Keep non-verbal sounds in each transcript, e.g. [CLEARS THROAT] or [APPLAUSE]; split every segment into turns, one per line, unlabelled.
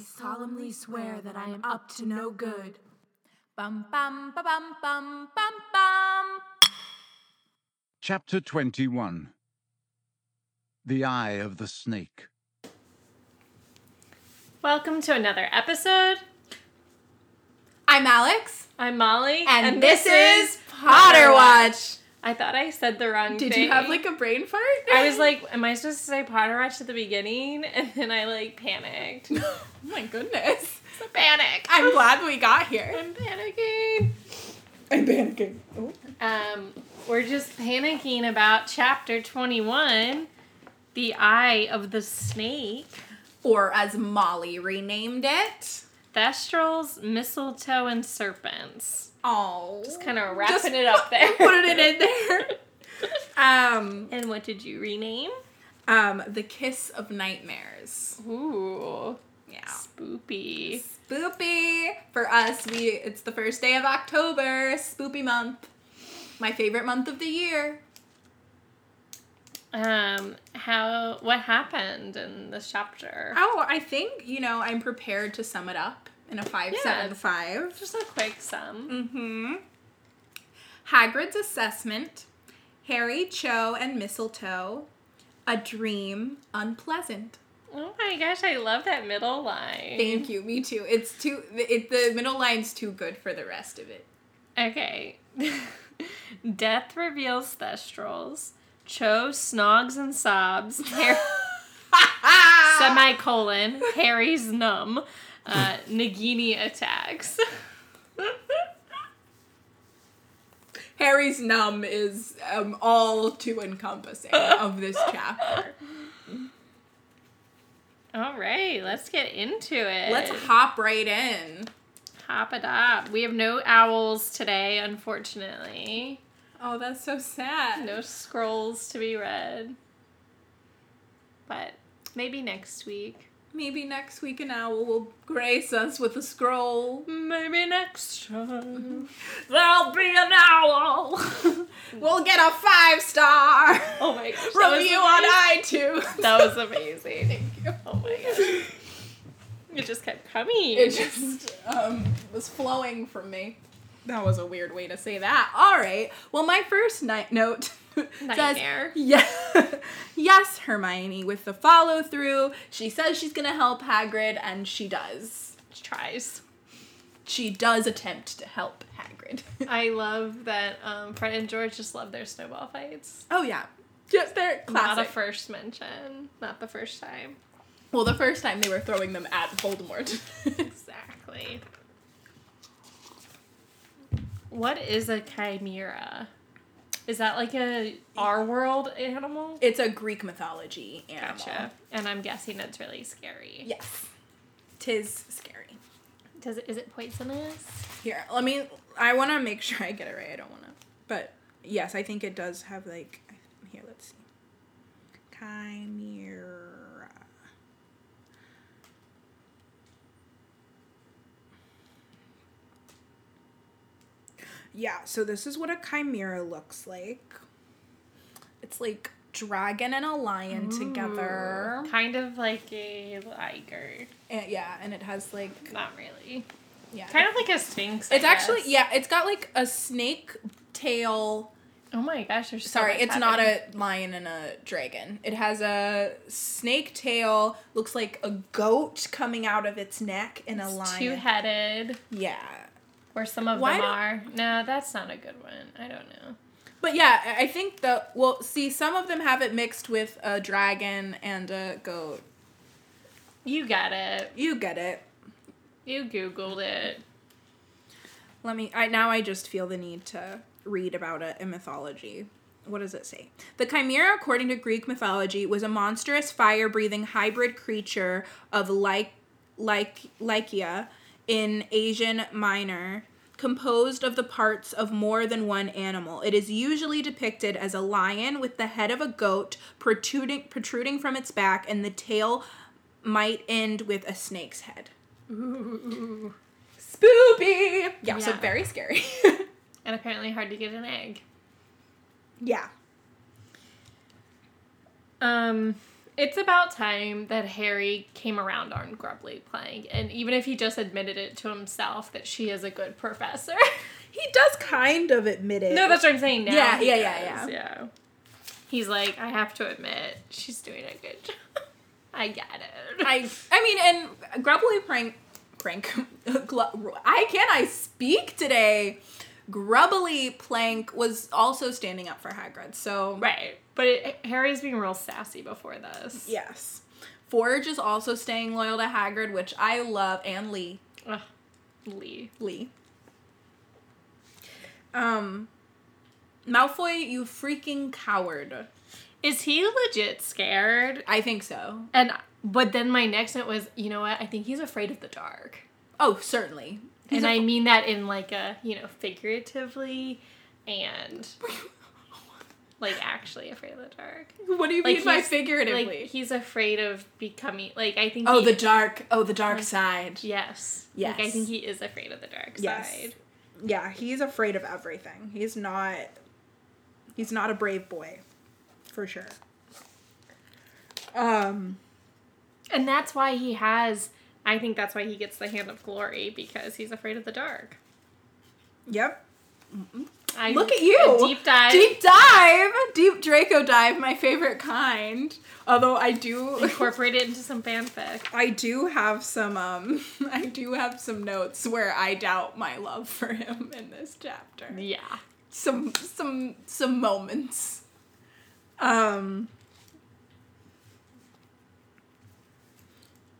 solemnly swear that I am up to no good.
Bum bum ba bum bum bum bum.
Chapter 21 The Eye of the Snake.
Welcome to another episode.
I'm Alex,
I'm Molly,
and, this, is Potter Watch.
I thought I said the wrong thing.
Did you have like a brain
[GASPS]
fart?
I was like, am I supposed to say Potter Watch at the beginning? [LAUGHS] And then I like panicked.
oh my goodness.
Panic.
I'm glad we got here.
[LAUGHS] I'm panicking.
I'm panicking.
Um, we're just panicking about chapter 21, The Eye of the Snake,
Or as Molly renamed it.
Thestrals, Mistletoe, and Serpents.
Oh.
Just kind of wrapping it up there.
Putting it in there.
[LAUGHS]
Um,
And what did you rename?
um, The Kiss of Nightmares.
Ooh,
Yeah.
spoopy.
Spoopy. For us, we it's the first day of October, spoopy month. My favorite month of the year.
Um, how what happened in this chapter?
Oh, I think, you know, I'm prepared to sum it up in a 575.
Just a quick sum.
Mm-hmm. Hagrid's assessment, Harry, Cho, and Mistletoe, a dream unpleasant.
Oh my gosh, I love that middle line.
Thank you, me too. It's too, it, the middle line's too good for the rest of it.
Okay. [LAUGHS] Death reveals Thestrals. Cho snogs and [LAUGHS] sobs. Harry, semicolon. Harry's numb. Uh, Nagini [LAUGHS] attacks.
Harry's numb is um, all too encompassing of this chapter.
All right, let's get into it.
Let's hop right in.
hop it up. We have no owls today, unfortunately.
Oh, that's so sad.
No scrolls to be read. But maybe next week.
Maybe next week an owl will grace us with a scroll.
Maybe next time.
There'll be an owl. Mm. we'll get a five star
[LAUGHS] Oh
[LAUGHS]
my gosh. that was
review on
amazing.
iTunes. [LAUGHS]
That was amazing.
Thank you.
Oh my gosh. It just kept coming.
It just um, was flowing from me. That was a weird way to say that. All right. Well, my first night note [LAUGHS] says,
Nightmare.
yes, [LAUGHS] yes, Hermione, with the follow through. She says she's going to help Hagrid, and she does.
tries.
She does attempt to help Hagrid.
I love that um, Fred and George just love their snowball fights.
[LAUGHS] oh, yeah. Just they're classic.
Not a first mention. Not the first time.
well, the first time they were throwing them at Voldemort. [LAUGHS]
Exactly. What is a chimera? Is that like a our world animal?
it's a Greek mythology animal.
Gotcha. And I'm guessing it's really scary.
Yes. Tis scary.
Does it is it poisonous?
Here, let me. I want to make sure I get it right. I don't want to. But yes, I think it does have like. Here, let's see. Chimera. Yeah, so this is what a chimera looks like. It's like dragon and a lion together.
Kind of like a liger.
And, yeah, and it has like
Not really.
yeah.
Kind of like a sphinx. I
It's actually
guess.
yeah, it's got like a snake tail.
Oh my gosh, there's so
Sorry,
much
it's not
happening.
a lion and a dragon. It has a snake tail, looks like a goat coming out of its neck and a lion.
two headed.
yeah.
Or some of
Why
them
do-
are. No, that's not a good one. I don't know.
But yeah, I- I think the well, see some of them have it mixed with a dragon and a goat.
You got it.
You get it.
You googled it.
Let me. I now I just feel the need to read about it in mythology. What does it say? The chimera, according to Greek mythology, was a monstrous fire-breathing hybrid creature of like like Lycia in Asian Minor, composed of the parts of more than one animal. It is usually depicted as a lion with the head of a goat protruding protruding from its back, and the tail might end with a snake's head.
Ooh.
Spoopy. Yeah, so
Yeah.
very [LAUGHS] scary.
And apparently hard to get an egg.
yeah.
Um, It's about time that Harry came around on Grubbly playing, and even if he just admitted it to himself that she is a good professor. [LAUGHS]
He does kind of admit it.
no, that's what I'm saying now.
Yeah,
he
yeah, yeah,
does, yeah. He's like, I have to admit, she's doing a good job. [LAUGHS] I get it.
I I mean, and grubbly prank prank. [LAUGHS] glu- I can I speak today. Grubbly Plank was also standing up for Hagrid, so
[LAUGHS] right, but it, Harry's being real sassy before this.
yes. Forge is also staying loyal to Hagrid, which I love, and Lee.
Ugh, Lee.
Lee. Um, Malfoy, you freaking coward.
Is he legit scared?
I think so.
And but then my next note was, you know what? I think he's afraid of the dark.
Oh, certainly.
and I mean that in like a, you know, figuratively [LAUGHS] and like actually afraid of the dark.
What do you
Like
mean by
he's-
figuratively?
Like he's afraid of becoming like I think
Oh,
he-
the dark. Oh, the dark side.
Yes.
Yes.
Like I think he is afraid of the dark
Yes.
side.
yeah he's afraid of everything he's not he's not a brave boy for sure um
And that's why he has I think that's why he gets the hand of glory because he's afraid of the dark.
yep
I
look at you
a deep dive. [LAUGHS]
deep dive deep draco dive my favorite kind although i do
Incorporate it into some fanfic.
i do have some um [LAUGHS] i do have some notes where i doubt my love for him in this chapter
Yeah.
some some some moments. Um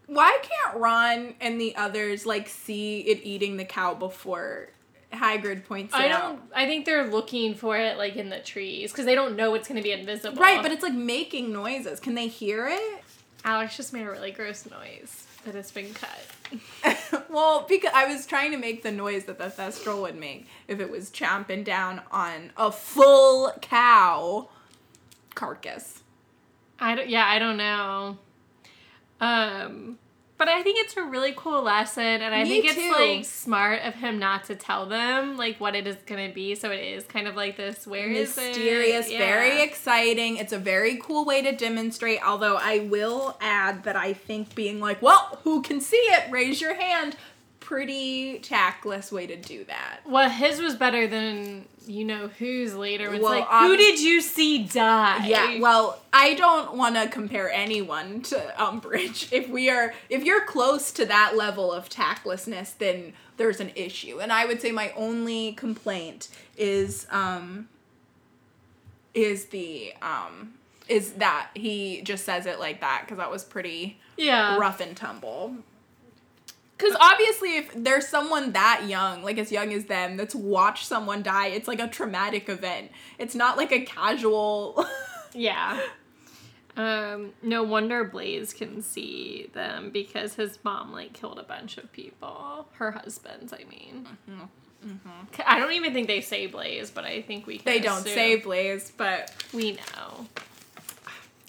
Why can't Ron and the others like see it eating the cow before Hagrid points it
I
out?
don't. I think they're looking for it like in the trees because they don't know it's gonna be invisible.
Right, but it's like making noises. Can they hear it?
Alex just made a really gross noise that has been cut.
[LAUGHS] well, because I was trying to make the noise that the Thestral would make if it was chomping down on a full cow carcass.
I don't. Yeah, I don't know. Um, but I think it's a really cool lesson, and I
Me
think
too.
it's like smart of him not to tell them like what it is gonna be. So it is kind of like this. Where is it?
mysterious,
Yeah.
very exciting. It's a very cool way to demonstrate. Although I will add that I think being like, "Well, who can see it? Raise your hand." Pretty tactless way to do that.
Well, his was better than you know whose later. It's
Well,
like,
ob-
who did you see die?
Yeah. Well, I don't want to compare anyone to Umbridge. [LAUGHS] If we are, if you're close to that level of tactlessness, then there's an issue. And I would say my only complaint is, um, is the, um, is that he just says it like that because that was pretty
yeah.
rough and tumble. Because obviously, if there's someone that young, like as young as them, that's watched someone die, it's like a traumatic event. It's not like a casual. [LAUGHS]
Yeah. Um, no wonder Blaze can see them because his mom like killed a bunch of people. Her husband's, I mean.
Mm-hmm.
C- I don't even think they say Blaze, but I think we can
They don't
assume-
say Blaze, but
we know.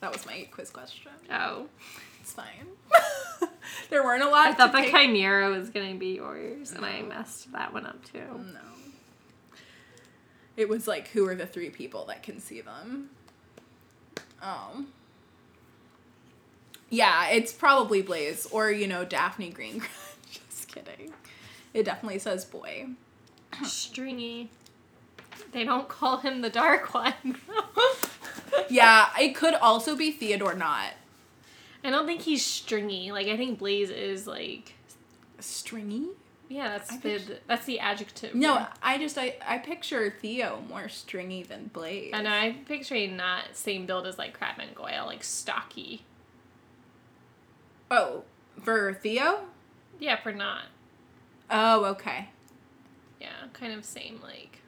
that was my quiz question.
Oh,
It's fine. [LAUGHS] there weren't a lot.
I thought
to
that
pick-
Chimera was gonna be yours, and I messed that one up too.
No. It was like, who are the three people that can see them? Oh. Yeah, it's probably Blaze or you know Daphne Green. [LAUGHS] Just kidding. It definitely says boy. Mm.
[LAUGHS] Stringy. They don't call him the Dark One.
[LAUGHS] Yeah, it could also be Theodore, not
I don't think he's stringy. Like I think Blaze is like
stringy.
yeah. That's
I
the
think
that's the adjective.
No, I just I, I picture Theo more stringy than Blaze.
I know. I'm picturing not same build as like Crab and Goyle, like stocky.
Oh, for Theo?
Yeah, for not.
Oh, okay.
Yeah, kind of same like.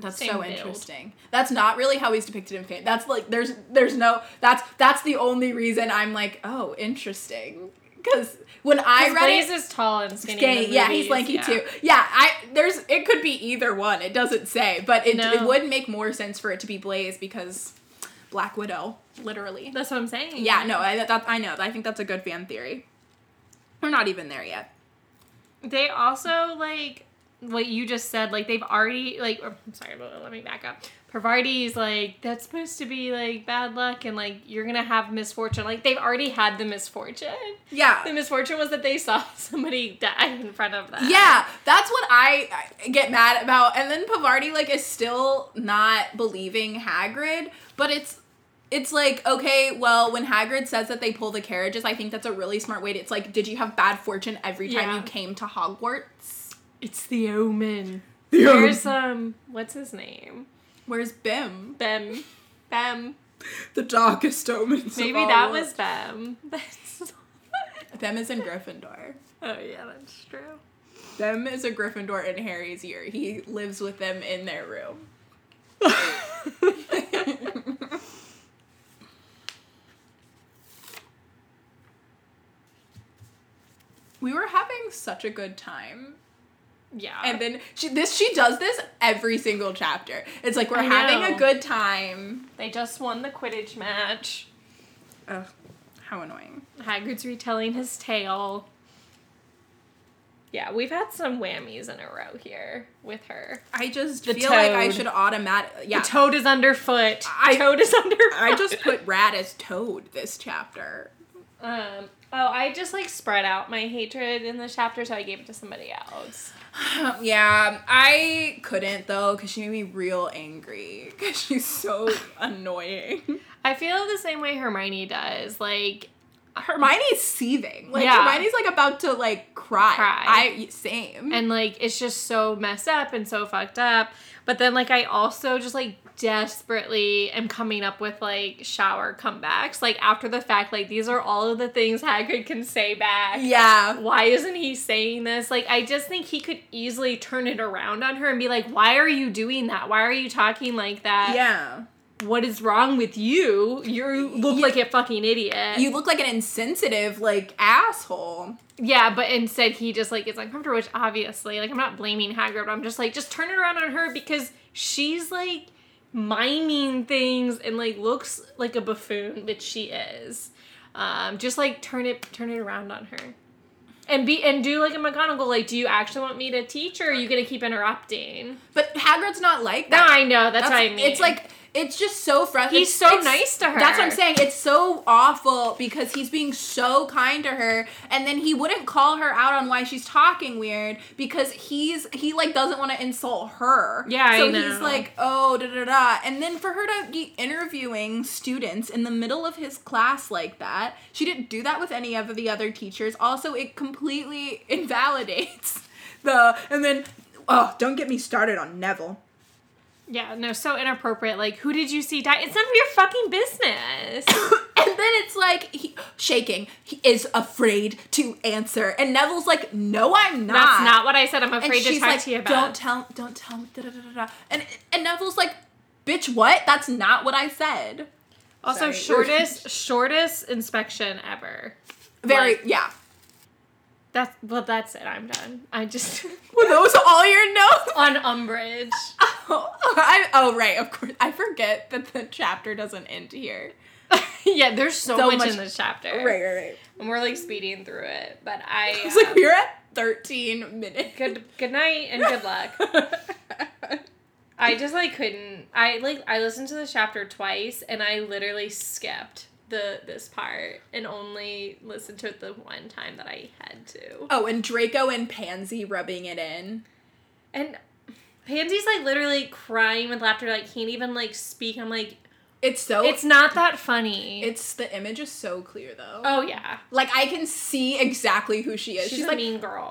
That's
Same
so
build.
interesting. That's not really how he's depicted in fan. That's like there's there's no that's that's the only reason I'm like oh interesting because when I
I
read
Blaze
it.
is tall and skinny. in
Skinny,
the
yeah, he's
movies,
lanky
yeah.
too. Yeah, I there's it could be either one. It doesn't say, but it, it
No.
would make more sense for it to be Blaze because Black Widow, literally.
That's what I'm saying.
Yeah, no, I that, I know. I think that's a good fan theory. We're not even there yet.
They also like what you just said, like they've already like or- I'm sorry, but let me back up. Parvati's like that's supposed to be like bad luck and like you're gonna have misfortune. Like they've already had the misfortune. The
Yeah.
misfortune was that they saw [LAUGHS] somebody die in front of them.
Yeah, that's what I I get mad about. And then Pavarti like is still not believing Hagrid, but it's it's like, okay, well, when Hagrid says that they pull the carriages, I think that's a really smart way to it's like, did you have bad fortune every time
Yeah.
you came to Hogwarts?
It's the omen.
The
There's um what's his name?
Where's Bim?
Bem. Bem.
The darkest omens.
Maybe that was Bem. [LAUGHS] That's-
Them is in Gryffindor.
oh yeah, that's true.
Them is a Gryffindor in Harry's year. He lives with them in their room. [LAUGHS] we were having such a good time.
Yeah.
And then she this she does this every single chapter. It's like we're
I
having
know.
a good time.
they just won the Quidditch match.
Ugh, how annoying.
Hagrid's retelling his tale. Yeah, we've had some whammies in a row here with her.
I just
The
feel like I
toad.
should automatic yeah.
The toad is underfoot.
I-
toad is [LAUGHS] underfoot.
I just put rat as toad this chapter.
Um, oh, I just like spread out my hatred in this chapter, so I gave it to somebody else.
[CLEARS THROAT] Yeah, I couldn't though because she made me real angry because she's
[LAUGHS]
so annoying.
I feel the same way Hermione does. Like,
Hermione's seething. Like
Yeah.
Hermione's like about to like cry.
Cry.
I same.
and like it's just so messed up and so fucked up but then like i also just like desperately am coming up with like shower comebacks like after the fact like these are all of the things hagrid can say back
yeah.
why isn't he saying this like i just think he could easily turn it around on her and be like why are you doing that why are you talking like that
Yeah.
what is wrong with you you look like a fucking idiot
You look like an insensitive like asshole.
Yeah, but instead he just like is uncomfortable, which obviously, like I'm not blaming Hagrid, but I'm just like, just turn it around on her because she's like miming things and like looks like a buffoon, which she is. Um, just like turn it turn it around on her. And be and do like a McGonagall, like, do you actually want me to teach or are you gonna keep interrupting?
But Hagrid's not like
No,
that.
I know, that's, what I mean.
It's like it's just so frustrating.
He's so nice to her.
That's what I'm saying. It's so awful because he's being so kind to her, and then he wouldn't call her out on why she's talking weird because he's he like doesn't want to insult her.
Yeah, I
so he's
know.
like, oh da da da, and then for her to be interviewing students in the middle of his class like that, she didn't do that with any of the other teachers. Also, it completely invalidates [LAUGHS] the and then. Oh, don't get me started on Neville.
Yeah, no, so inappropriate. Like, who did you see die? It's none of your fucking business.
[COUGHS] And then it's like he, shaking. He is afraid to answer, and Neville's like, "No, I'm not."
That's not what I said. I'm
And
afraid to
she's
talk
like,
to you about.
"Don't tell, don't tell me." Da, da, da, da, da. And and Neville's like, "Bitch, what? That's not what I said."
Also,
Sorry. [LAUGHS]
shortest shortest inspection ever.
Very
Like-
yeah.
That's well, that's it. I'm done. I just [LAUGHS]
Were those all your notes? [LAUGHS]
on umbrage.
Oh, I, oh right, of course. I forget that the chapter doesn't end here.
[LAUGHS] yeah, there's so,
So
much,
much-
in this chapter,
right, right.
and we're like speeding through it. But I
[LAUGHS] It's like
um,
we were at thirteen minutes.
good good night and good luck. I just like couldn't. I like I listened to this chapter twice, and I literally skipped the this part and only listened to it the one time that I had to.
[LAUGHS] oh, and Draco and Pansy rubbing it in.
And Pansy's like literally crying with laughter, like can't even like speak. I'm like,
It's so
it's not that funny.
It's the image is so clear though.
oh yeah,
Like I can see exactly who she is.
she's,
She's,
a
like
mean
[LAUGHS]
girl.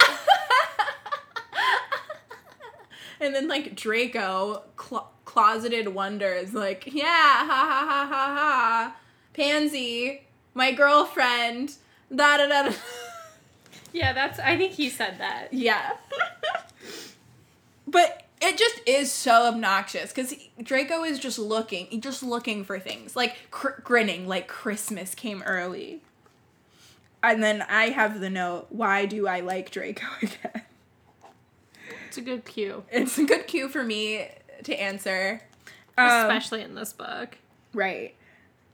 and then like Draco clo- closeted wonder is like, "Yeah, ha ha ha ha ha. Pansy, my girlfriend." Da da da. [LAUGHS] da.
yeah, that's. I think he said that.
yeah. [LAUGHS] but it just is so obnoxious cuz Draco is just looking, just looking for things, like cr- grinning like Christmas came early. And then I have the note, "Why do I like Draco [LAUGHS] again?"
It's a good cue,
it's a good cue for me to answer. Um,
especially in this book.
right.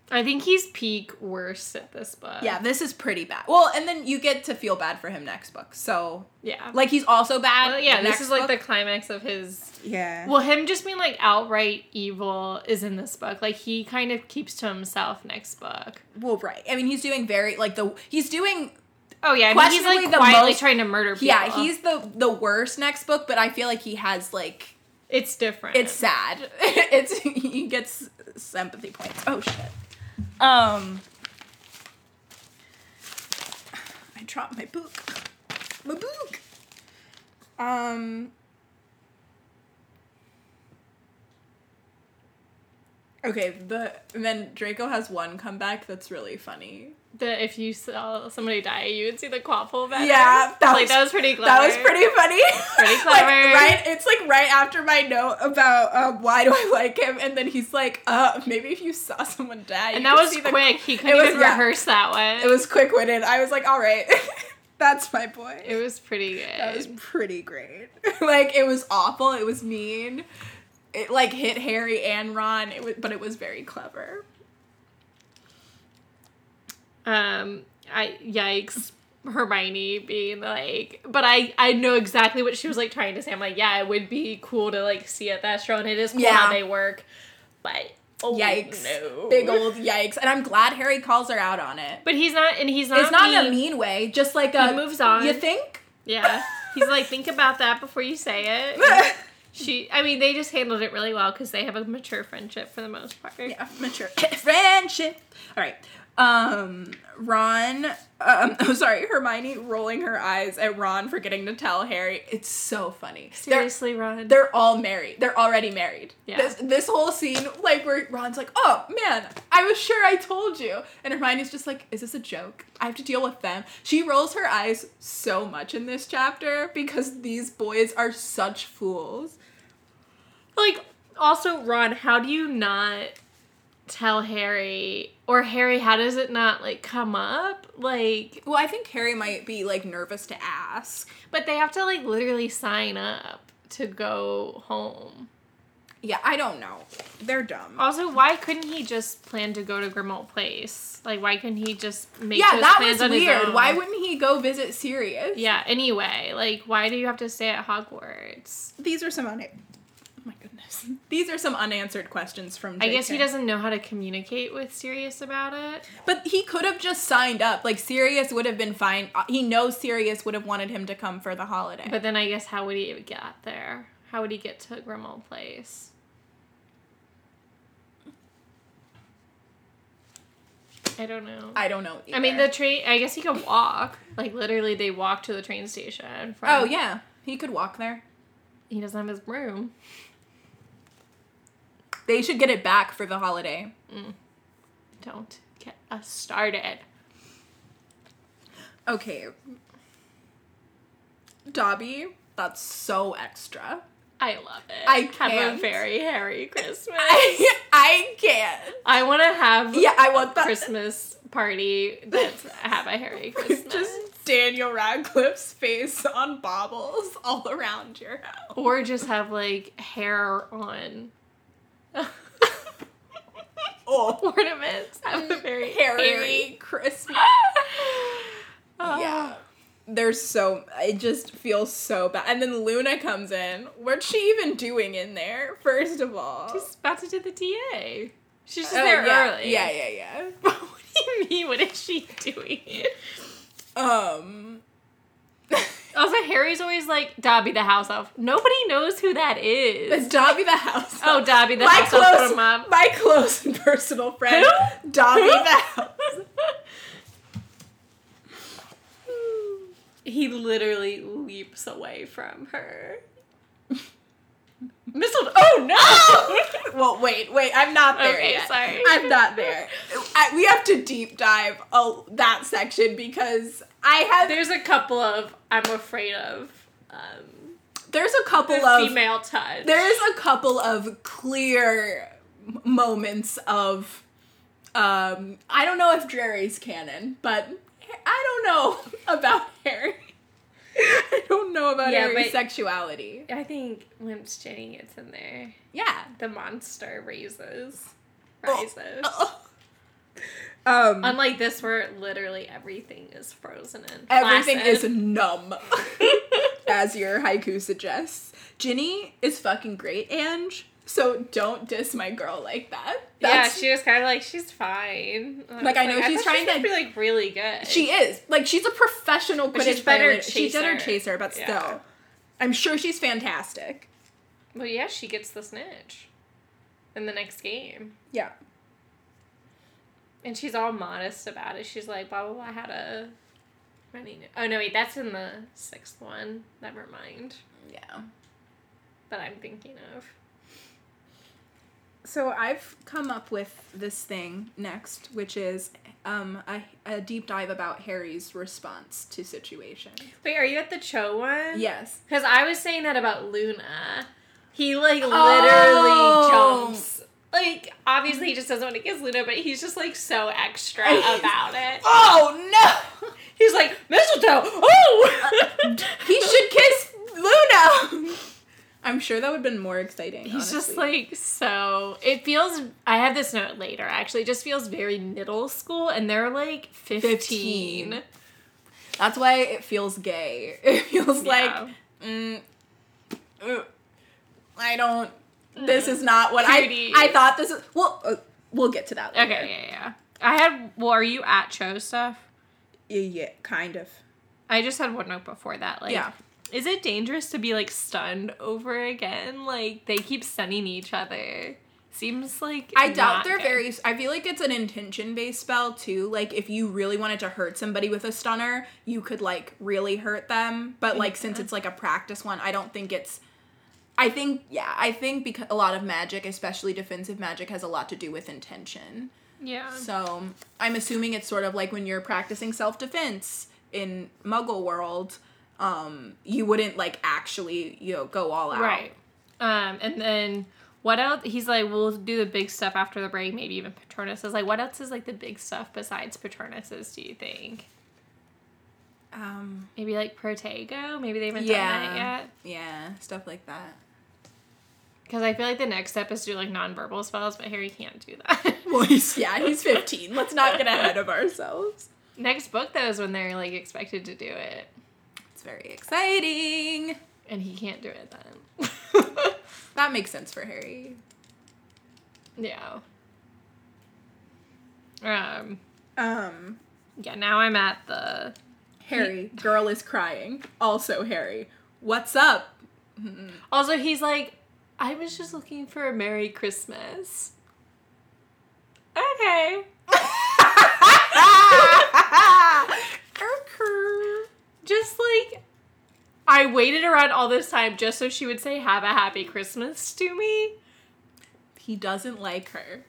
I think he's peak worst at this book.
Yeah, this is pretty bad. Well, and then you get to feel bad for him next book. So,
Yeah.
like, he's also bad.
Well, yeah, this
next
is like the
book.
climax of his.
yeah.
Well, him just being like outright evil is in this book. Like he kind of keeps to himself next book.
Well, right. I mean, he's doing very like the he's doing
Oh yeah, I mean, he's
Questionably
like
the
quietly
most-
trying to murder people.
yeah he's the the worst next book, but I feel like he has like
it's different.
it's sad. [LAUGHS] it's he gets sympathy points. Oh shit. Um, I dropped my book. My book. Um. Okay, the and then Draco has one comeback that's really funny.
the if you saw somebody die, you would see the quaffle better.
Yeah, that
like
was-
that was pretty. Clever.
That was pretty funny.
Pretty
[LAUGHS] like,
clever.
right? It's like right after my note about um, why do I like him, and then he's like, "Uh, maybe if you saw someone die." you
And that
could
was
see the-
quick. he couldn't
was-
even
yeah.
rehearse that one.
it was quick witted. I was like, "All right, [LAUGHS] that's my boy."
It was pretty good.
that was pretty great. [LAUGHS] like it was awful. It was mean. It like hit Harry and Ron. It was, but it was very clever.
um, I yikes. Hermione being like, but I I know exactly what she was like trying to say. I'm like, yeah, it would be cool to like see at that show, and it is cool how
Yeah.
they work, but oh
Yikes!
no.
Big old yikes! And I'm glad Harry calls her out on it.
But he's not, and he's not.
it's not in
being-
a mean way. Just like a
moves on.
You think?
Yeah, he's like, think about that before you say
[LAUGHS]
it. she, I mean, they just handled it really well because they have a mature friendship for the most part.
Yeah, mature [LAUGHS] friendship. All right. Um, Ron. Um, [LAUGHS] oh, sorry, Hermione rolling her eyes at Ron for getting to tell Harry. It's so funny. They're,
Seriously, Ron.
they're all married. They're already married.
Yeah.
This this whole scene, like where Ron's like, "Oh man, I was sure I told you," and Hermione's just like, "Is this a joke? I have to deal with them." She rolls her eyes so much in this chapter because these boys are such fools.
like also ron how do you not tell harry or harry how does it not like come up like
Well, I think Harry might be like nervous to ask.
but they have to like literally sign up to go home
Yeah, I don't know. They're dumb.
also why couldn't he just plan to go to grimald place like why couldn't he just make
yeah,
those
that
plans
was
on his
weird.
own?
Why wouldn't he go visit Sirius?
yeah anyway like why do you have to stay at hogwarts
These are some una- Oh my goodness. [LAUGHS] These are some unanswered questions from
i guess he
JK.
doesn't know how to communicate with sirius about it
But he could have just signed up. Like Sirius would have been fine. Uh, He knows Sirius would have wanted him to come for the holiday.
but then i guess how would he get there how would he get to grimald place i don't know
I don't know.
I mean, the
either.
train. I guess he could walk. Like literally, they walk to the train station. From,
Oh yeah, he could walk there.
He doesn't have his room.
They should get it back for the holiday.
Don't get us started.
Okay. Dobby, that's so extra. [LAUGHS]
I love it.
I
have a
can't.
very
[LAUGHS]
hairy Christmas.
I I can't.
I want to have
Yeah, I want
a
that.
Christmas party that's have a hairy Christmas.
[LAUGHS] just Daniel Radcliffe's face on baubles all around your
[LAUGHS]
house.
or just have like hair on [LAUGHS]
Oh,
ornaments. Have a very
hairy,
[LAUGHS] hairy. [GASPS]
Christmas. yeah. There's so it just feels so bad. And then Luna comes in. What's she even doing in there? First of all,
She's about to do the TA. She's just
Oh,
there
yeah,
early.
Yeah, yeah, yeah.
[LAUGHS] what do you mean? What is she doing? [LAUGHS]
Um,
Also, Harry's always like Dobby the house elf. Nobody knows who that
it's [LAUGHS]
is.
Dobby the house.
Oh, Dobby the
my
house elf
close,
from mom.
my close and personal friend, Dobby the house.
[LAUGHS] he literally leaps away from her. Mistled. Oh no!
[LAUGHS] Well, wait, wait. I'm not there
Okay,
yet.
sorry.
I'm not there. I, we have to deep dive oh, that section because I have.
There's a couple of I'm afraid of. Um,
There's a couple
the
of.
female touch.
There is a couple of clear m- moments of. Um, I don't know if Jerry's canon, but I don't know [LAUGHS] about Harry. I don't know about
Yeah,
Harry's
but-
sexuality.
I think Limp's Jenny gets in there.
Yeah. [LAUGHS]
The monster raises.
Oh.
Rises.
Oh. Um,
Unlike this, where literally everything is frozen in.
everything
Placid.
is
[LAUGHS]
numb, as your haiku suggests. Ginny is fucking great, Ange. So don't diss my girl like that.
yeah,
That's,
she was kind of like, she's fine. And
Like,
was
I know she's
thought
trying
she was
to-
gonna be like really good.
She is. Like she's a professional
But
Quidditch
she's better
player. She's better
chaser.
chaser, but
Yeah.
still. I'm sure she's fantastic.
well, yeah, she gets the snitch in the next game,
Yeah.
and she's all modest about it. She's like, blah blah blah. I had a running. Oh no, wait, that's in the sixth one. Never mind.
Yeah.
That I'm thinking of.
So I've come up with this thing next, which is um, a, a deep dive about Harry's response to
[LAUGHS]
situation.
Wait, are you at the Cho one?
Yes.
Because I was saying that about Luna. He like literally
Oh.
jumps. Like obviously he just doesn't want to kiss Luna, but he's just like so extra about it.
Oh no!
He's like mistletoe. Oh,
he should kiss Luna. [LAUGHS] I'm sure that would have been more exciting.
he's just
honestly.
like so. It feels. I had this note later. Actually, it just feels very middle school, and they're like 15.
15. that's why it feels gay. [LAUGHS] It feels
Yeah.
like mm, uh, I don't. This is not what I.
Cuties.
I thought this is. Well, uh, we'll get to that. Later.
Okay, yeah, yeah. I had. Well, are you at show stuff?
Yeah, yeah, kind of.
I just had one note before that. Like,
Yeah.
is it dangerous to be like stunned over again? Like they keep stunning each other. Seems like
I doubt
not
they're
good.
very. I feel like it's an intention based spell too. Like if you really wanted to hurt somebody with a stunner, you could like really hurt them. But like since it's like a practice one, I don't think it's. I think yeah, I think because a lot of magic, especially defensive magic, has a lot to do with intention.
yeah.
So I'm assuming it's sort of like when you're practicing self defense in Muggle world, um, you wouldn't like actually you know go all out.
Right. Um, and then what else? He's like, we'll do the big stuff after the break. Maybe even Patronus is like, what else is like the big stuff besides Patronus's? Do you think?
Um,
Maybe like Protego. Maybe they haven't done
yeah.
that yet.
Yeah. Stuff like that.
Because I feel like the next step is to do like nonverbal spells, but Harry can't do that. [LAUGHS]
Well, he's, yeah, he's 15. Let's not get ahead of ourselves.
next book though is when they're like expected to do it.
It's very exciting.
and he can't do it then. [LAUGHS]
That makes sense for Harry.
yeah. Um.
Um,
Yeah. Now I'm at the.
Harry, girl is crying. Also, Harry, what's [LAUGHS] up?
Also, he's like, I was just looking for a Merry Christmas. Okay.
Erker.
Just like, I waited around all this time just so she would say "Have a Happy Christmas" to me.
He doesn't like her.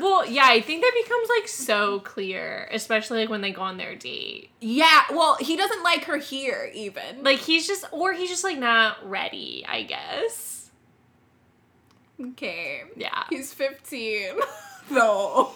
Well, yeah, I think that becomes like so clear, especially like when they go on their date.
Yeah, well, he doesn't like her here, even.
Like he's just, or he's just like not ready. I guess.
okay.
Yeah.
He's 15, [LAUGHS] though.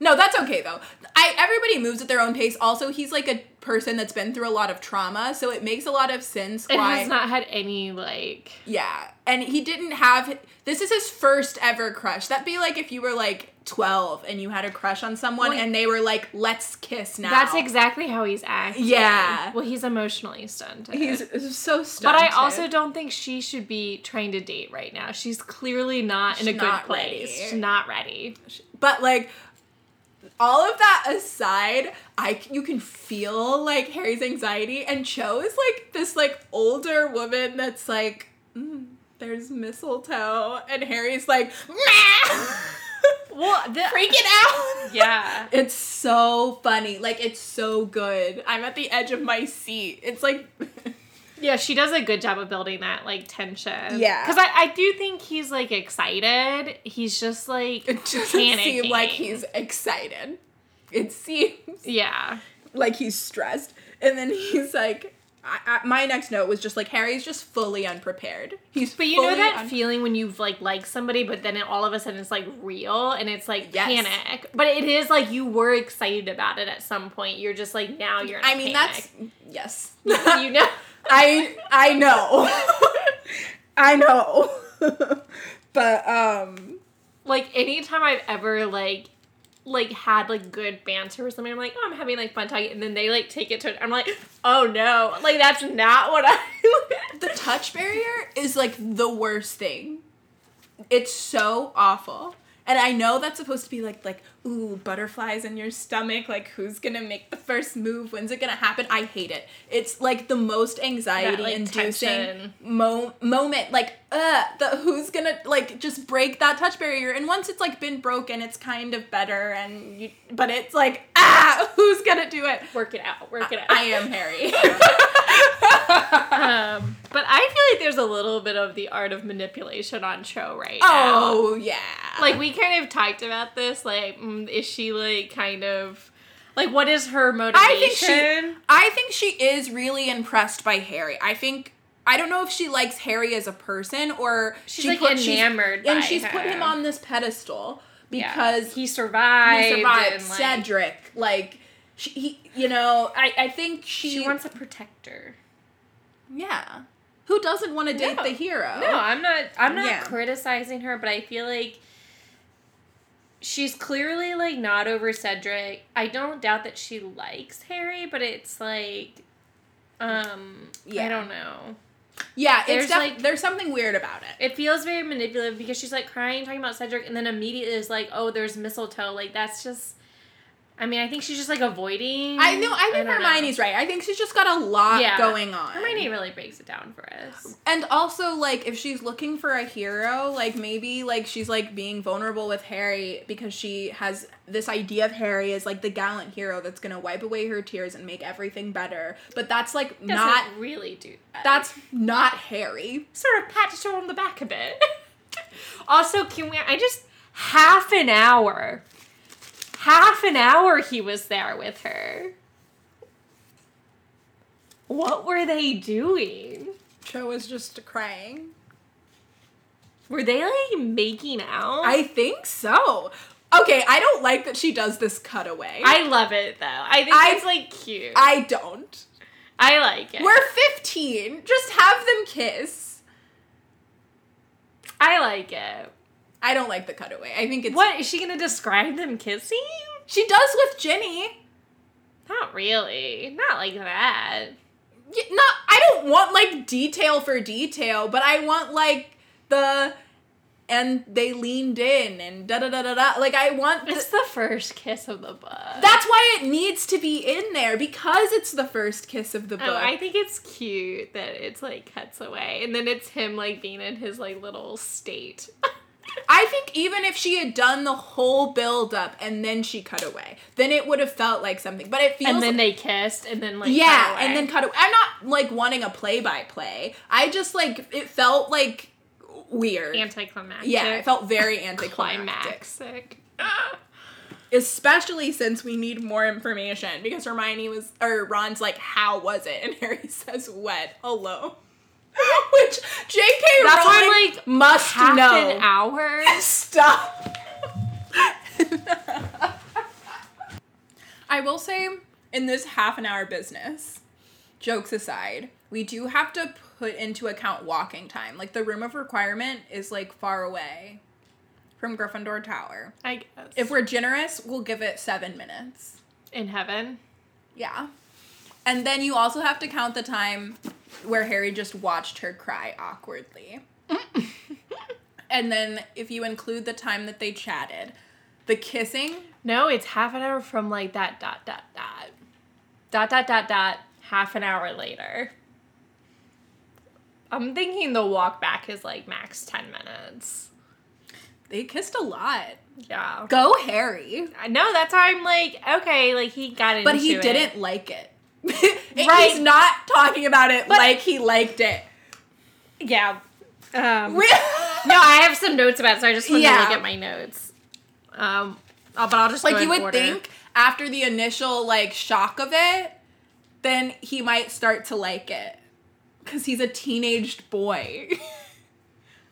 No, that's okay though. I everybody moves at their own pace. Also, he's like a person that's been through a lot of trauma, so it makes a lot of sense
It
why.
has not had any like.
yeah, and he didn't have. This is his first ever crush. That'd be like if you were like twelve and you had a crush on someone,
Well,
and they were like, "Let's kiss now."
That's exactly how he's acting.
Yeah.
Well, he's emotionally stunted.
He's so
But
stunted.
I also don't think she should be trying to date right now. She's clearly not in
She's
a
not
good place.
ready.
She's not ready.
But like all of that aside, I you can feel like Harry's anxiety and Cho is like this like older woman that's like mm, there's mistletoe and Harry's like "Meh!" [LAUGHS]
Well, the,
freaking out.
yeah.
It's so funny. Like it's so good. I'm at the edge of my seat. It's like [LAUGHS]
Yeah, she does a good job of building that like tension.
Yeah.
Because I, I do think he's like excited. He's just like
it doesn't seem like
panicking.
he's excited. It seems
Yeah.
like he's stressed and then he's like I, I, my next note was just like harry's just fully unprepared he's
But you know
fully
that
un-
feeling when you've like liked somebody, but then it, all of a sudden it's like real and it's like
Yes.
panic. But it is like you were excited about it at some point. You're just like now you're. In
i mean
panic.
that's yes
[LAUGHS] you know.
[LAUGHS] i i know [LAUGHS] i know [LAUGHS] but um
Like anytime I've ever like like had like good banter or something. I'm like, oh, I'm having like fun talking, and then they like take it to. I'm like, oh no, like that's not what I. [LAUGHS]
The touch barrier is like the worst thing. It's so awful. And I know that's supposed to be like like ooh butterflies in your stomach like who's going to make the first move when's it going to happen I hate it. It's like the most anxiety
like,
inducing
tension.
mo- moment like uh the who's going to like just break that touch barrier and once it's like been broken it's kind of better and you but it's like ah [LAUGHS] who's going to do it?
work it out. Work it out.
I am
[LAUGHS]
Harry.
Um, but I feel like there's a little bit of the art of manipulation on show right now.
oh yeah.
like we kind of talked about this. Like, mm, is she like kind of like what is her motivation?
I think she I think she is really impressed by Harry. I think I don't know if she likes Harry as a person or
She's,
she
like, enamored
and
by
she's put him
him.
on this pedestal
Yeah.
because
he survived.
he survived
and, like,
Cedric. Like she, he, you know, I, I think she,
She wants a protector.
yeah. Who doesn't want to date
No.
the hero?
No, I'm not. I'm not
Oh. Yeah.
criticizing her, but I feel like she's clearly like not over Cedric. I don't doubt that she likes Harry, but it's like, um, I
Yeah.
don't know.
Yeah,
There's,
it's def-
like-
there's something weird about it.
It feels very manipulative because she's like crying, talking about Cedric, and then immediately is like, "Oh, there's mistletoe." Like that's just. I mean, I think she's just like avoiding.
I know. I think
don't know.
Hermione's right. I think she's just got a lot
Yeah.
going on.
Hermione really breaks it down for us.
And also, like, if she's looking for a hero, like, maybe, like, she's, like, being vulnerable with Harry because she has this idea of Harry as, like, the gallant hero that's gonna wipe away her tears and make everything better. But that's, like,
Doesn't
not.
really do that.
That's not Harry.
sort of patted her on the back a bit. [LAUGHS] also, can we? I just half an hour, half an hour he was there with her. What were they doing?
Cho is just crying.
Were they like making out?
I think so. Okay, I don't like that she does this cutaway.
I love it though. I think
I-
it's like cute. I,
I don't.
like it.
We're 15. Just have them kiss.
I like it.
I don't like the cutaway. I think it's.
What is she gonna describe them kissing?
She does with Ginny.
Not really. Not like that.
Yeah, not I don't want like detail for detail, but I want like the and they leaned in and da da da da da. Like I want the,
It's the first kiss of the book.
that's why it needs to be in there because it's the first kiss of the book.
Oh, I think it's cute that it's like cuts away, and then it's him like being in his like little state. [LAUGHS]
I think even if she had done the whole build up and then she cut away, then it would have felt like something. But it feels
and then they kissed, and then like
yeah,
cut away.
and then cut away. I'm not like wanting a play by play. I just like it felt like weird.
anticlimactic.
yeah, it felt very
[LAUGHS]
anticlimactic.
climaxic.
especially since we need more information because Hermione was or Ron's like, "How was it?" and [LAUGHS] Harry says, "Wet alone," [LAUGHS] which J.K.
That's
Rowling
why like
must
half
know.
an hour.
Stop. [LAUGHS] I will say, in this half an hour business, jokes aside, we do have to put into account walking time. Like the room of requirement is like far away from Gryffindor Tower.
I guess
If we're generous, we'll give it seven minutes.
in heaven,
Yeah. And then you also have to count the time where Harry just watched her cry
[LAUGHS]
awkwardly. and then if you include the time that they chatted, the kissing,
no, it's half an hour from like that dot dot dot dot dot dot dot. Half an hour later. I'm thinking the walk back is like max ten minutes.
they kissed a lot.
Yeah.
Go Harry.
I know that's how I'm like, okay, like he got into
But he
it.
didn't like it. [LAUGHS] And
Right.
He's not talking about it
But-
like he liked it.
[LAUGHS] Yeah. Um,
We-
no, I have some notes about it, so I just want
Yeah.
to look at my notes. Um, uh, but I'll just go
like you
in
would
order.
think after the initial like shock of it then he might start to like it because he's a teenaged boy [LAUGHS]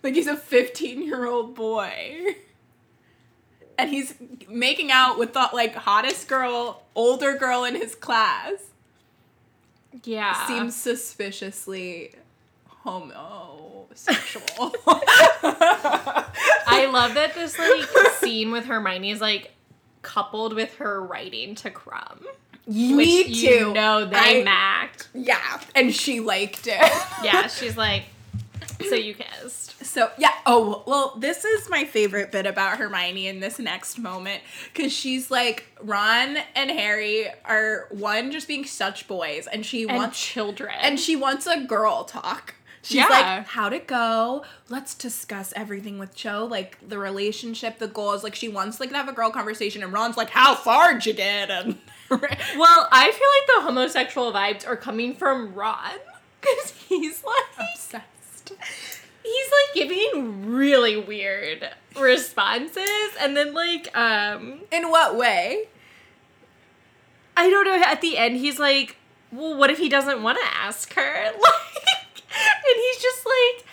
like he's a 15 year old boy and he's making out with the like hottest girl older girl in his class
Yeah.
seems suspiciously
[LAUGHS]
homosexual [LAUGHS] [LAUGHS]
I love that this like scene with Hermione is like coupled with her writing to Crumb.
Me
Which
too.
you know
I-
they macked.
Yeah, and she liked it. [LAUGHS]
Yeah, she's like, so you kissed.
So yeah. Oh well, this is my favorite bit about Hermione in this next moment because she's like Ron and Harry are one just being such boys, and she
And
wants
children.
and she wants a girl talk. She's
Yeah.
like, how'd it go? Let's discuss everything with Cho, like the relationship, the goals. Like she wants like to have a girl conversation, and Ron's like, how far'd you get? And [LAUGHS]
well, I feel like the homosexual vibes are coming from Ron because he's like,
obsessed.
he's like giving really weird responses and then like um
In what way?
i don't know at the end he's like well what if he doesn't want to ask her [LAUGHS] like and he's just like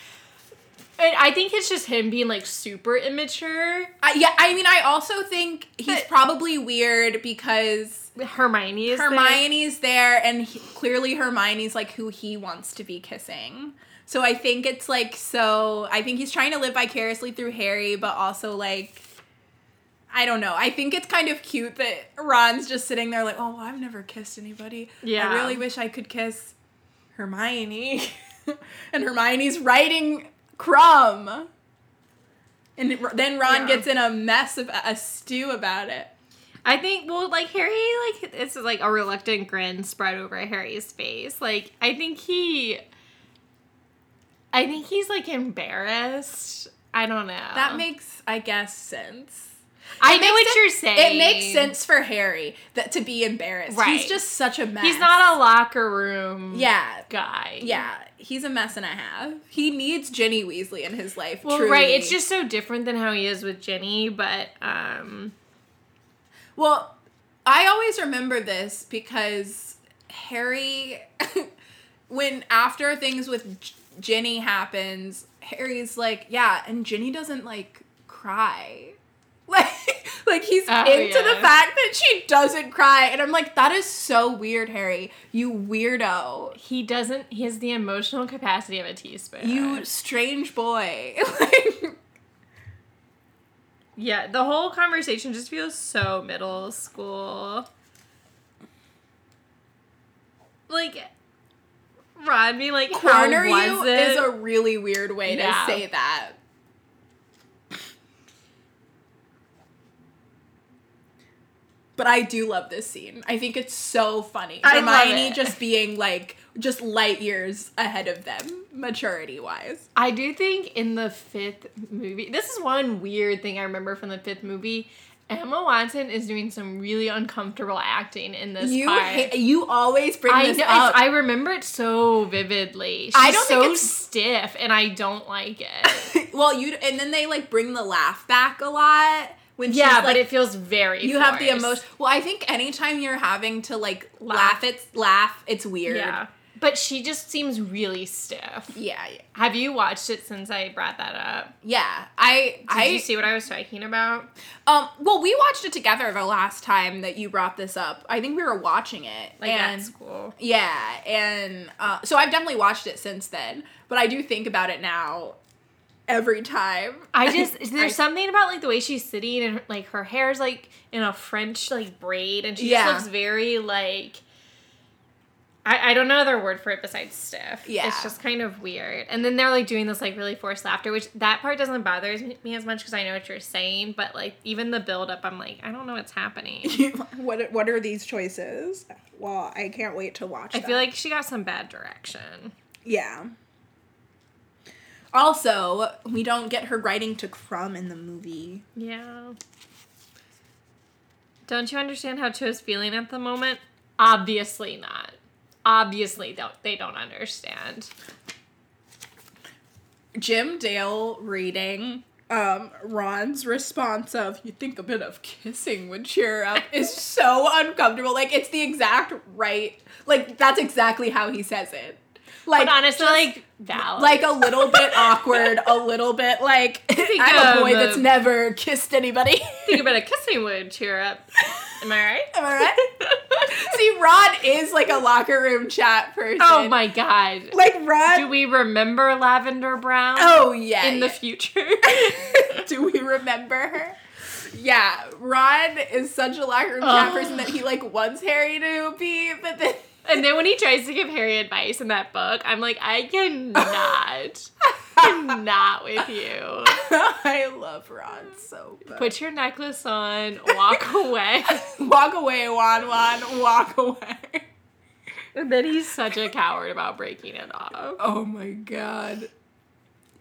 and i think it's just him being like super immature
I, yeah, I mean, I also think he's
But-
probably weird because
hermione is there.
Hermione's there, and he, clearly Hermione's like who he wants to be kissing. So I think it's like so. I think he's trying to live vicariously through Harry, but also like. I don't know. I think it's kind of cute that Ron's just sitting there like, "Oh, well, I've never kissed anybody.
Yeah.
I really wish I could kiss Hermione." [LAUGHS] and Hermione's writing Crumb. And it- then Ron
Yeah.
gets in a mess of a stew about it.
i think well like harry like it's like a reluctant grin spread over harry's face like i think he i think he's like embarrassed i don't know
That makes, I guess, sense.
I
It makes
know what
sen-
you're saying.
It makes sense for Harry that to be embarrassed.
Right.
He's just such a mess.
He's not a locker room
yeah.
guy.
Yeah, he's a mess and a half. He needs Ginny Weasley in his life.
Well,
truly.
right. It's just so different than how he is with Jenny, but um
well, I always remember this because Harry, [LAUGHS] when after things with J- Ginny happens, Harry's like, yeah, and Ginny doesn't like cry. [LAUGHS] Like, like he's
Oh,
into the
yeah.
fact that she doesn't cry, and I'm like, that is so weird, Harry. You weirdo.
he doesn't he has the emotional capacity of a teaspoon.
You strange boy. [LAUGHS] Like,
Yeah, the whole conversation just feels so middle school. Like Ron being like how
corner you
was it?
is a really weird way
Yeah.
to say that. But I do love this scene. I think it's so funny.
I love
Hermione
it.
just being like just light years ahead of them, maturity wise.
I do think in the fifth movie, this is one weird thing I remember from the fifth movie. Emma Watson is doing some really uncomfortable acting in this
You
part.
ha- you always bring
I
this
know,
up.
I remember it so vividly. She's
I don't
so
think it's-
stiff, and I don't
[LAUGHS]
like it.
well, you and then they like bring the laugh back a lot when she's,
yeah, but
like,
it feels very.
you have the
forced.
emotion. Well, I think anytime you're having to like
Laugh.
laugh, it's laugh, it's weird.
Yeah, but she just seems really stiff.
Yeah, yeah.
Have you watched it since I brought that up?
yeah. I,
Did
I,
you see what I was talking about?
um, well, we watched it together the last time that you brought this up. I think we were watching it,
Like
and
at school.
yeah, and uh, so I've definitely watched it since then. But I do think about it now every time. [LAUGHS]
I just there's
I-
something about like the way she's sitting and like her hair's like in a French like braid and she
Yeah.
just looks very like I, I don't know other word for it besides stiff.
Yeah.
It's just kind of weird. And then they're like doing this like really forced laughter, which that part doesn't bother me as much because I know what you're saying, but like even the build up, I'm like, I don't know
[LAUGHS]
what's happening.
what What are these choices? Well, I can't wait to watch.
I feel like she got some bad direction.
Yeah. Also, we don't get her writing to Crumb in the movie.
Yeah. Don't you understand how Cho's feeling at the moment? Obviously not. Obviously, don't, they don't understand.
Jim Dale reading um, Ron's response of "You think a bit of kissing would cheer
[LAUGHS]
up" is so uncomfortable. Like it's the exact right. Like that's exactly how he says it. Like
But honestly, like, valid.
like a little bit awkward, a little bit like
[LAUGHS]
I'm
of
a boy
a-
that's never kissed
[LAUGHS]
anybody.
think about a kissing would cheer up. Am I right?
Am [LAUGHS] I right? See, Ron is like a locker room chat person.
Oh my god.
Like Ron.
Do we remember Lavender Brown
oh yeah.
in the
yeah. [LAUGHS]
future?
do we remember her? Yeah, Ron is such a locker room cat person that he like wants Harry to be, but then
[LAUGHS]
[LAUGHS]
And then when he tries to give Harry advice in that book, I'm like, I
[LAUGHS]
cannot. I'm not with you.
I love Ron so much.
Put your necklace on,
[LAUGHS]
walk away.
Walk away, Wan Wan. Walk away.
And then he's such a coward about breaking it off.
Oh my god.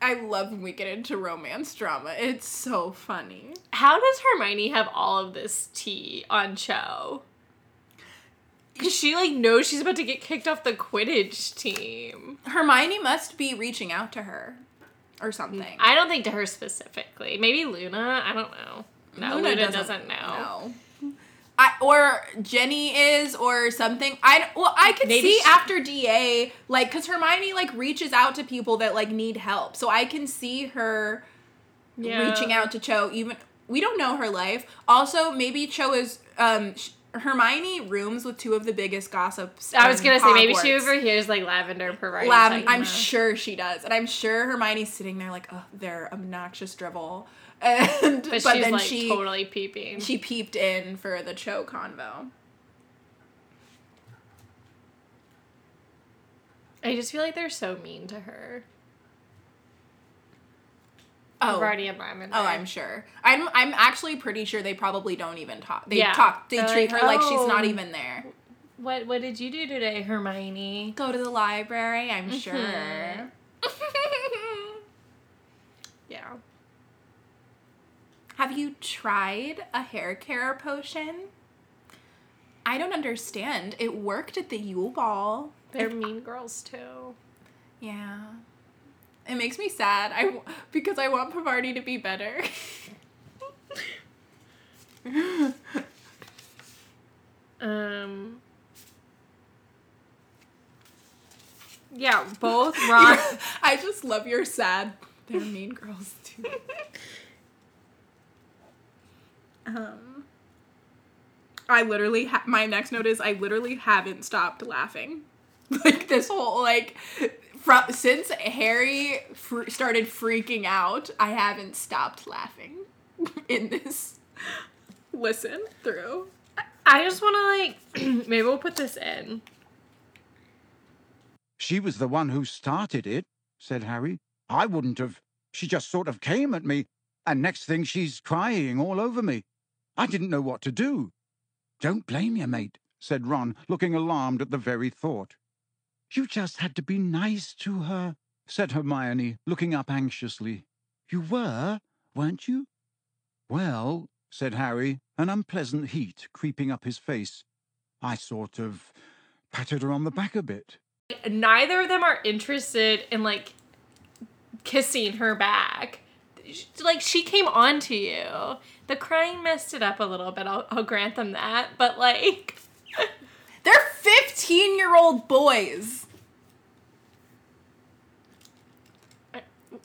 I love when we get into romance drama. It's so funny.
How does Hermione have all of this tea on Cho? Because she, like, knows she's about to get kicked off the Quidditch team.
Hermione must be reaching out to her or something.
I don't think to her specifically. Maybe Luna. I don't know. No, Luna, doesn't, know.
know. I, or Jenny is or something. I well, I could
Maybe
see
she-
after Da like because Hermione like reaches out to people that like need help, so I can see her
Yeah.
reaching out to Cho. Even we don't know her life. Also, maybe Cho is um sh- Hermione rooms with two of the biggest gossips.
I was
in
gonna say maybe she
Hogwarts.
overhears like lavender providing.
Lab, I'm sure she does, and I'm sure Hermione's sitting there like, oh, they're obnoxious drivel, [LAUGHS] and but,
but, she's
then
like
she
totally peeping.
she peeped in for the Cho convo.
I just feel like they're so mean to her.
Oh,
Vardy and Lyman.
oh, I'm sure. I'm I'm actually pretty sure they probably don't even talk. They
Yeah.
talk. They
They're
treat
like,
her like she's
"Oh."
not even there.
What What did you do today, Hermione?
Go to the library. I'm
Mm-hmm.
sure.
[LAUGHS] Yeah.
Have you tried a hair care potion? I don't understand. It worked at the Yule Ball.
They're mean girls too.
Yeah. It makes me sad. I w- because I want Pavarti to be better. [LAUGHS]
Um. Yeah, [LAUGHS] both Ron.
[LAUGHS] I just love your sad. They're mean girls too. [LAUGHS] um I literally ha- my next note is I literally haven't stopped laughing. [LAUGHS] Like this whole like from since Harry fr- started freaking out, I haven't stopped laughing [LAUGHS] in this listen through.
I just want to like [CLEARS THROAT] maybe we'll put this in.
She was the one who started it, said Harry. I wouldn't have. She just sort of came at me, and next thing she's crying all over me. I didn't know what to do. Don't blame you, mate, said Ron, looking alarmed at the very thought. You just had to be nice to her, said Hermione, looking up anxiously. You were, weren't you? Well, said Harry, an unpleasant heat creeping up his face. I sort of patted her on the back a bit.
neither of them are interested in like kissing her back. Sh- Like she came on to you. The crying messed it up a little bit. I'll, I'll grant them that. But like,
They're 15 year old boys.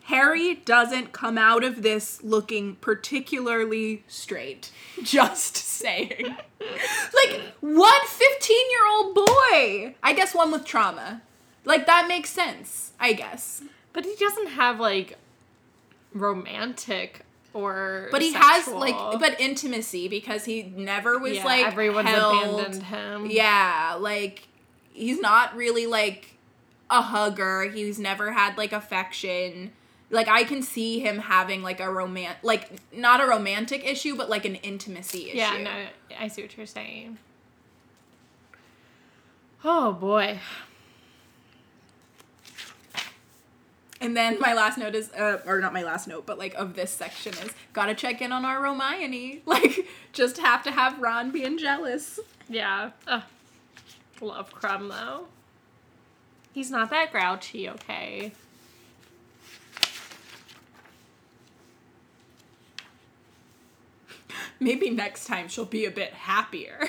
Harry doesn't come out of this looking particularly straight. [LAUGHS] Just saying. like, what 15 year old boy? I guess one with trauma. Like, that makes sense, I guess.
but he doesn't have like romantic or.
But he
sexual-
has, like, but intimacy because he never was,
Yeah,
like,
everyone's
held.
abandoned him.
Yeah, like he's not really like a hugger. He's never had like affection. Like I can see him having like a romant like not a romantic issue, but like an intimacy issue.
Yeah. No, I see what you're saying. Oh boy.
And then my last note is uh, or not my last note, but like of this section is gotta check in on our Romione. [LAUGHS] Like just have to have Ron being jealous.
Yeah. Ugh. Love Crumb though. He's not that grouchy, okay?
Maybe next time she'll be a bit happier.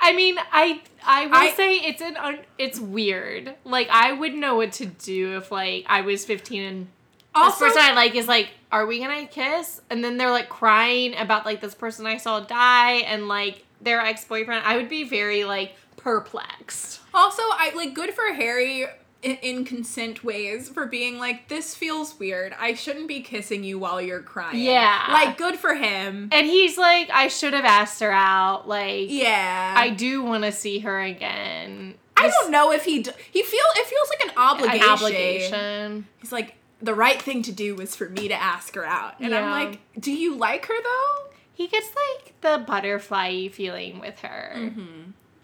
I mean, I I will
I-
say it's an un, it's weird. Like I would know what to do if like I was 15 and
Also-
this person I like is like, are we gonna kiss? And then they're like crying about like this person I saw die and like their ex boyfriend. I would be very like perplexed.
Also, I like good for Harry i- in consent ways for being like, this feels weird. I shouldn't be kissing you while you're crying.
Yeah.
Like, good for him.
And he's like, I should have asked her out. Like,
Yeah.
I do want to see her again.
I don't know if he d- he feel it feels like an obligation.
An obligation.
He's like the right thing to do was for me to ask her out, and I'm
Yeah.
like, do you like her though?
He gets like the butterfly feeling with her.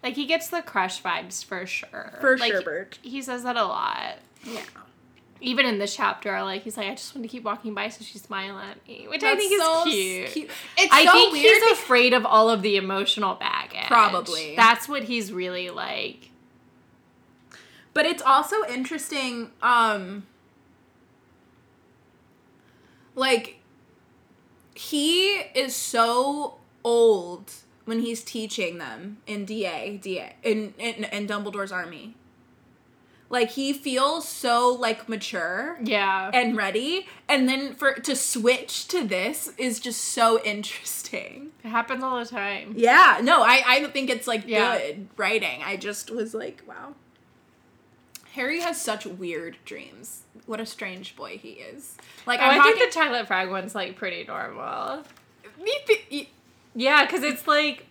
Like he gets the crush vibes for sure.
Mm-hmm. For
Like,
sure, Bert.
He says that a lot.
Yeah,
Even in this chapter, like he's like, I just want to keep walking by so she's smiling at me, which I think is cute.
It's
I
so
think
weird.
he's afraid of all of the emotional baggage.
Probably.
That's what he's really like.
But it's also interesting, um like he is so old when he's teaching them in DA, DA in in, in Dumbledore's army. Like he feels so like mature
Yeah.
and ready and then for to switch to this is just so interesting.
it happens all the time.
Yeah, no, I I think it's like
Yeah.
good writing. I just was like, wow. Harry has such weird dreams. What a strange boy he is. Like
Oh,
I'm
I
talking,
think the chocolate frog one's like pretty normal.
You thi- you-
Yeah, because it's like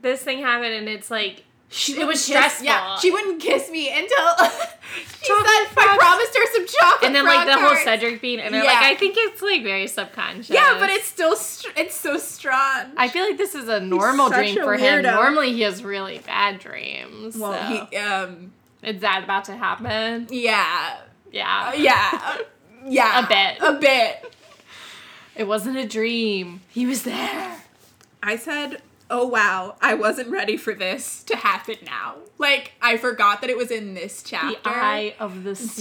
this thing happened and it's like
she
It was
wouldn't kiss-
stressful.
Yeah, she wouldn't kiss me until [LAUGHS] she said
Chocolate
I
frogs.
promised her some chocolate.
and then like
frog
the whole
tarts."
Cedric being and they're
Yeah.
like I think it's like very subconscious.
Yeah, but it's still str- it's so strong.
I feel like this is a normal
such
dream
a
for him.
weirdo.
Normally he has really bad dreams.
well,
so.
he um
is that about to happen?
yeah
Yeah. [LAUGHS]
yeah yeah
A bit.
a bit.
It wasn't a dream. He was there.
I said, "Oh wow, I wasn't ready for this to happen now." Like I forgot that it was in this
The
chapter.
eye of the snake.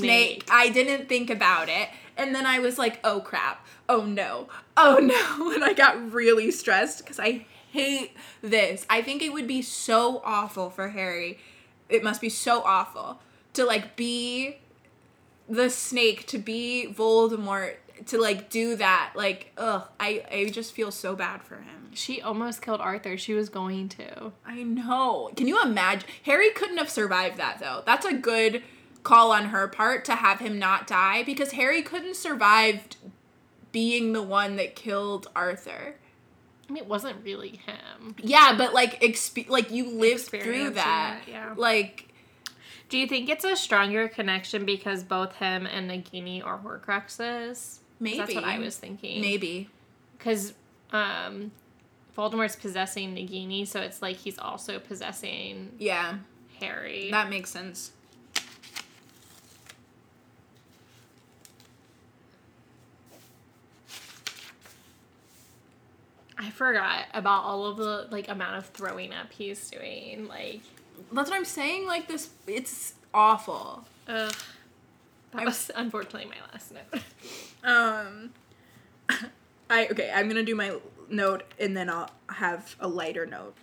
snake. I didn't think about it, and then I was like, "Oh crap. Oh no. Oh [LAUGHS] no." And I got really stressed cuz I hate this. I think it would be so awful for Harry. It must be so awful to like be the snake to be Voldemort to like do that like ugh I I just feel so bad for him.
She almost killed Arthur. She was going to.
I know. Can you imagine? Harry couldn't have survived that though. That's a good call on her part to have him not die because Harry couldn't survive being the one that killed Arthur.
I mean, it wasn't really him.
Yeah, but like exp- like you lived through
Experiencing
that.
it, yeah.
Like
Do you think it's a stronger connection because both him and Nagini are Horcruxes? 'Cause That's what
Maybe.
I was thinking.
maybe.
Because um, Voldemort's possessing Nagini, so it's like he's also possessing
Yeah.
Harry.
That makes sense.
I forgot about all of the like amount of throwing up he's doing. Like,
That's what I'm saying like this it's awful.
ugh. That was unfortunately my last note. [LAUGHS]
Um [LAUGHS] I okay, I'm gonna do my note and then I'll have a lighter note.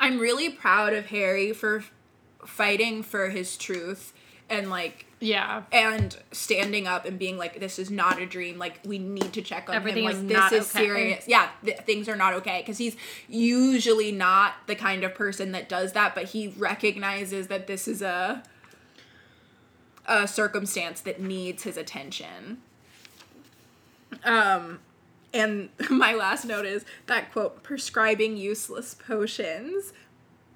I'm really proud of Harry for f- fighting for his truth and like
yeah.
and standing up and being like this is not a dream like we need to check on
Everything
him like
is
this
not
is
okay.
serious yeah th- things are not okay because he's usually not the kind of person that does that but he recognizes that this is a a circumstance that needs his attention um and [LAUGHS] my last note is that quote prescribing useless potions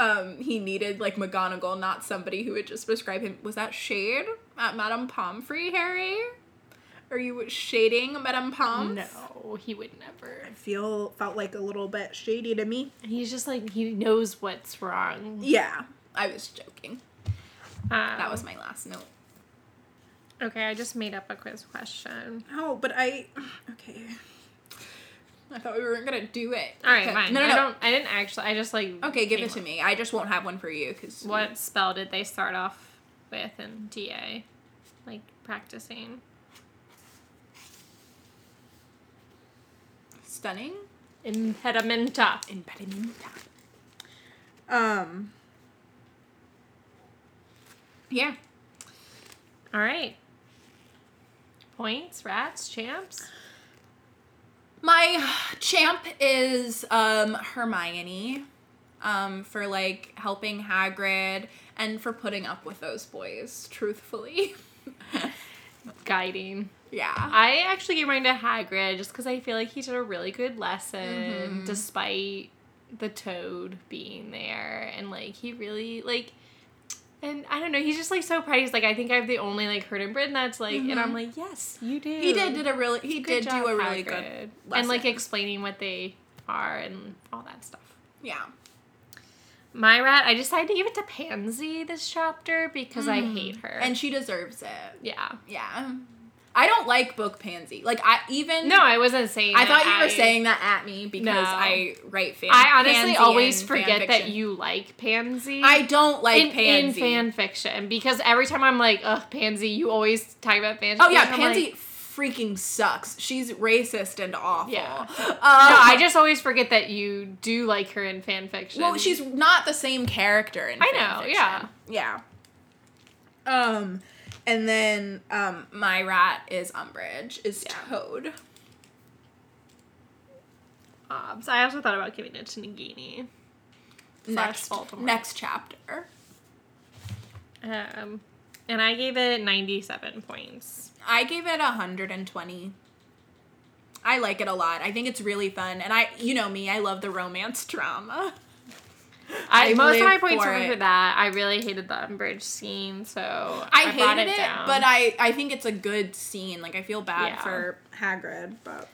um, he needed like McGonagall, not somebody who would just prescribe him. Was that shade at Madame Pomfrey, Harry? Are you shading Madame Pomfrey?
No, he would never.
Feel felt like a little bit shady to me.
He's just like he knows what's wrong.
Yeah, I was joking.
Um,
That was my last note.
okay. I just made up a quiz question.
Oh, but I [SIGHS] okay. I thought we weren't gonna do it.
All right,
Okay.
fine.
No, no,
I
no.
don't. I didn't actually. I just like.
Okay, give
came
it to
up.
me. I just won't have one for you because
What spell did they start off with in DA? Like practicing.
stunning.
Impedimenta.
impedimenta. Um. Yeah.
All right. Points, rats, champs.
My champ is um Hermione. um, for like helping Hagrid and for putting up with those boys, truthfully. [LAUGHS]
guiding.
yeah.
I actually gave mine to Hagrid just because I feel like he did a really good lesson
Mm-hmm.
despite the toad being there. And like, he really, like, and I don't know, he's just like so proud. He's like, I think I'm the only like herd in Britain that's like, and I'm like, yes, you did.
Mm-hmm. He did did a really he
Good
did
job,
do a really
Hagrid.
good
And like
lesson.
explaining what they are and all that stuff.
yeah.
My rat, I decided to give it to Pansy this chapter because I hate her.
Mm. And she deserves it.
yeah.
Yeah. I don't like book pansy. Like I even
No, I wasn't saying
I
that
thought you were
I-
saying that at me because
No.
I write fan.
I honestly
pansy
always
in
forget
fan
that
fiction.
you like Pansy.
I don't like
in, in
pansy.
fan fiction because every time I'm like, ugh, Pansy, you always talk about Pansy.
oh yeah,
and I'm
pansy
like,
freaking sucks. She's racist and awful.
Yeah.
Um,
no, I just always forget that you do like her in fan fiction.
well, she's not the same character in.
I
fan
know,
fiction.
yeah.
yeah. Um, and then um, my rat is Umbridge is Toad.
Obs. I also thought about giving it to Nagini.
Next,
Baltimore.
next chapter.
Um, and I gave it 97 points.
I gave it 120. I like it a lot. I think it's really fun. And I, you know me, I love the romance [LAUGHS] drama.
I,
I
most of my
live
points
for
were
it.
for that. I really hated the Umbridge scene, so I,
I,
brought
hated it,
down.
but I, I think it's a good scene. Like, I feel bad
Yeah.
for Hagrid, but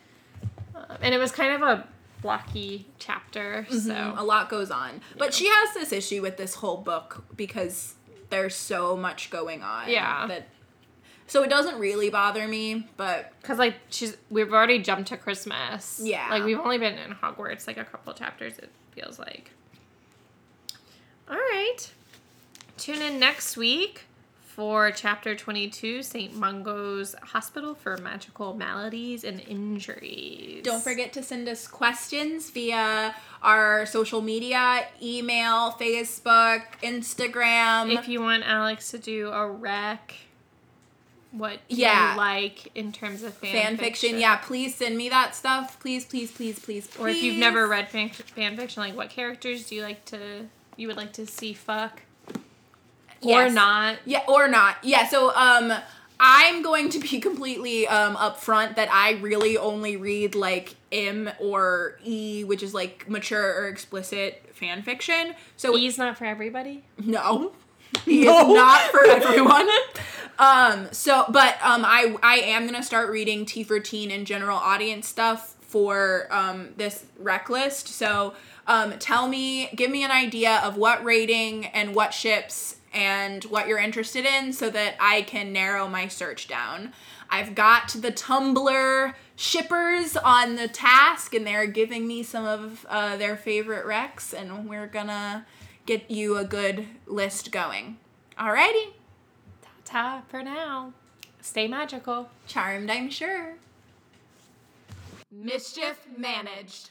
Um, and it was kind of a blocky chapter,
um, a
so
lot goes on. But she has this issue with this whole book because there's so much going on.
Yeah.
That, so it doesn't really bother me, but
because like she's we've already jumped to Christmas.
Yeah.
like we've only been in Hogwarts like a couple chapters. It feels like. All right, tune in next week for chapter twenty-two, Saint Mungo's Hospital for Magical Maladies and Injuries.
Don't forget to send us questions via our social media, email, Facebook, Instagram.
if you want Alex to do a rec. What do
Yeah.
you like in terms of fan,
fan fiction, yeah, please send me that stuff. Please, please, please, please.
Or if you've
please.
never read fan, fan fiction, like what characters do you like to you would like to see fuck or
Yes.
not?
Yeah, or not. Yeah, so um I'm going to be [LAUGHS] completely um upfront that I really only read like M or E, which is like mature or explicit fan fiction. So
E's not for everybody.
No. [LAUGHS] He is not
[LAUGHS]
for everyone. um so but um I I am going to start reading T for teen and general audience stuff for um this rec list. So um tell me, give me an idea of what rating and what ships and what you're interested in so that I can narrow my search down. I've got the Tumblr shippers on the task, and they're giving me some of uh, their favorite recs, and we're gonna get you a good list going. Alrighty,
Ta for now. Stay magical.
charmed, I'm sure.
Mischief managed.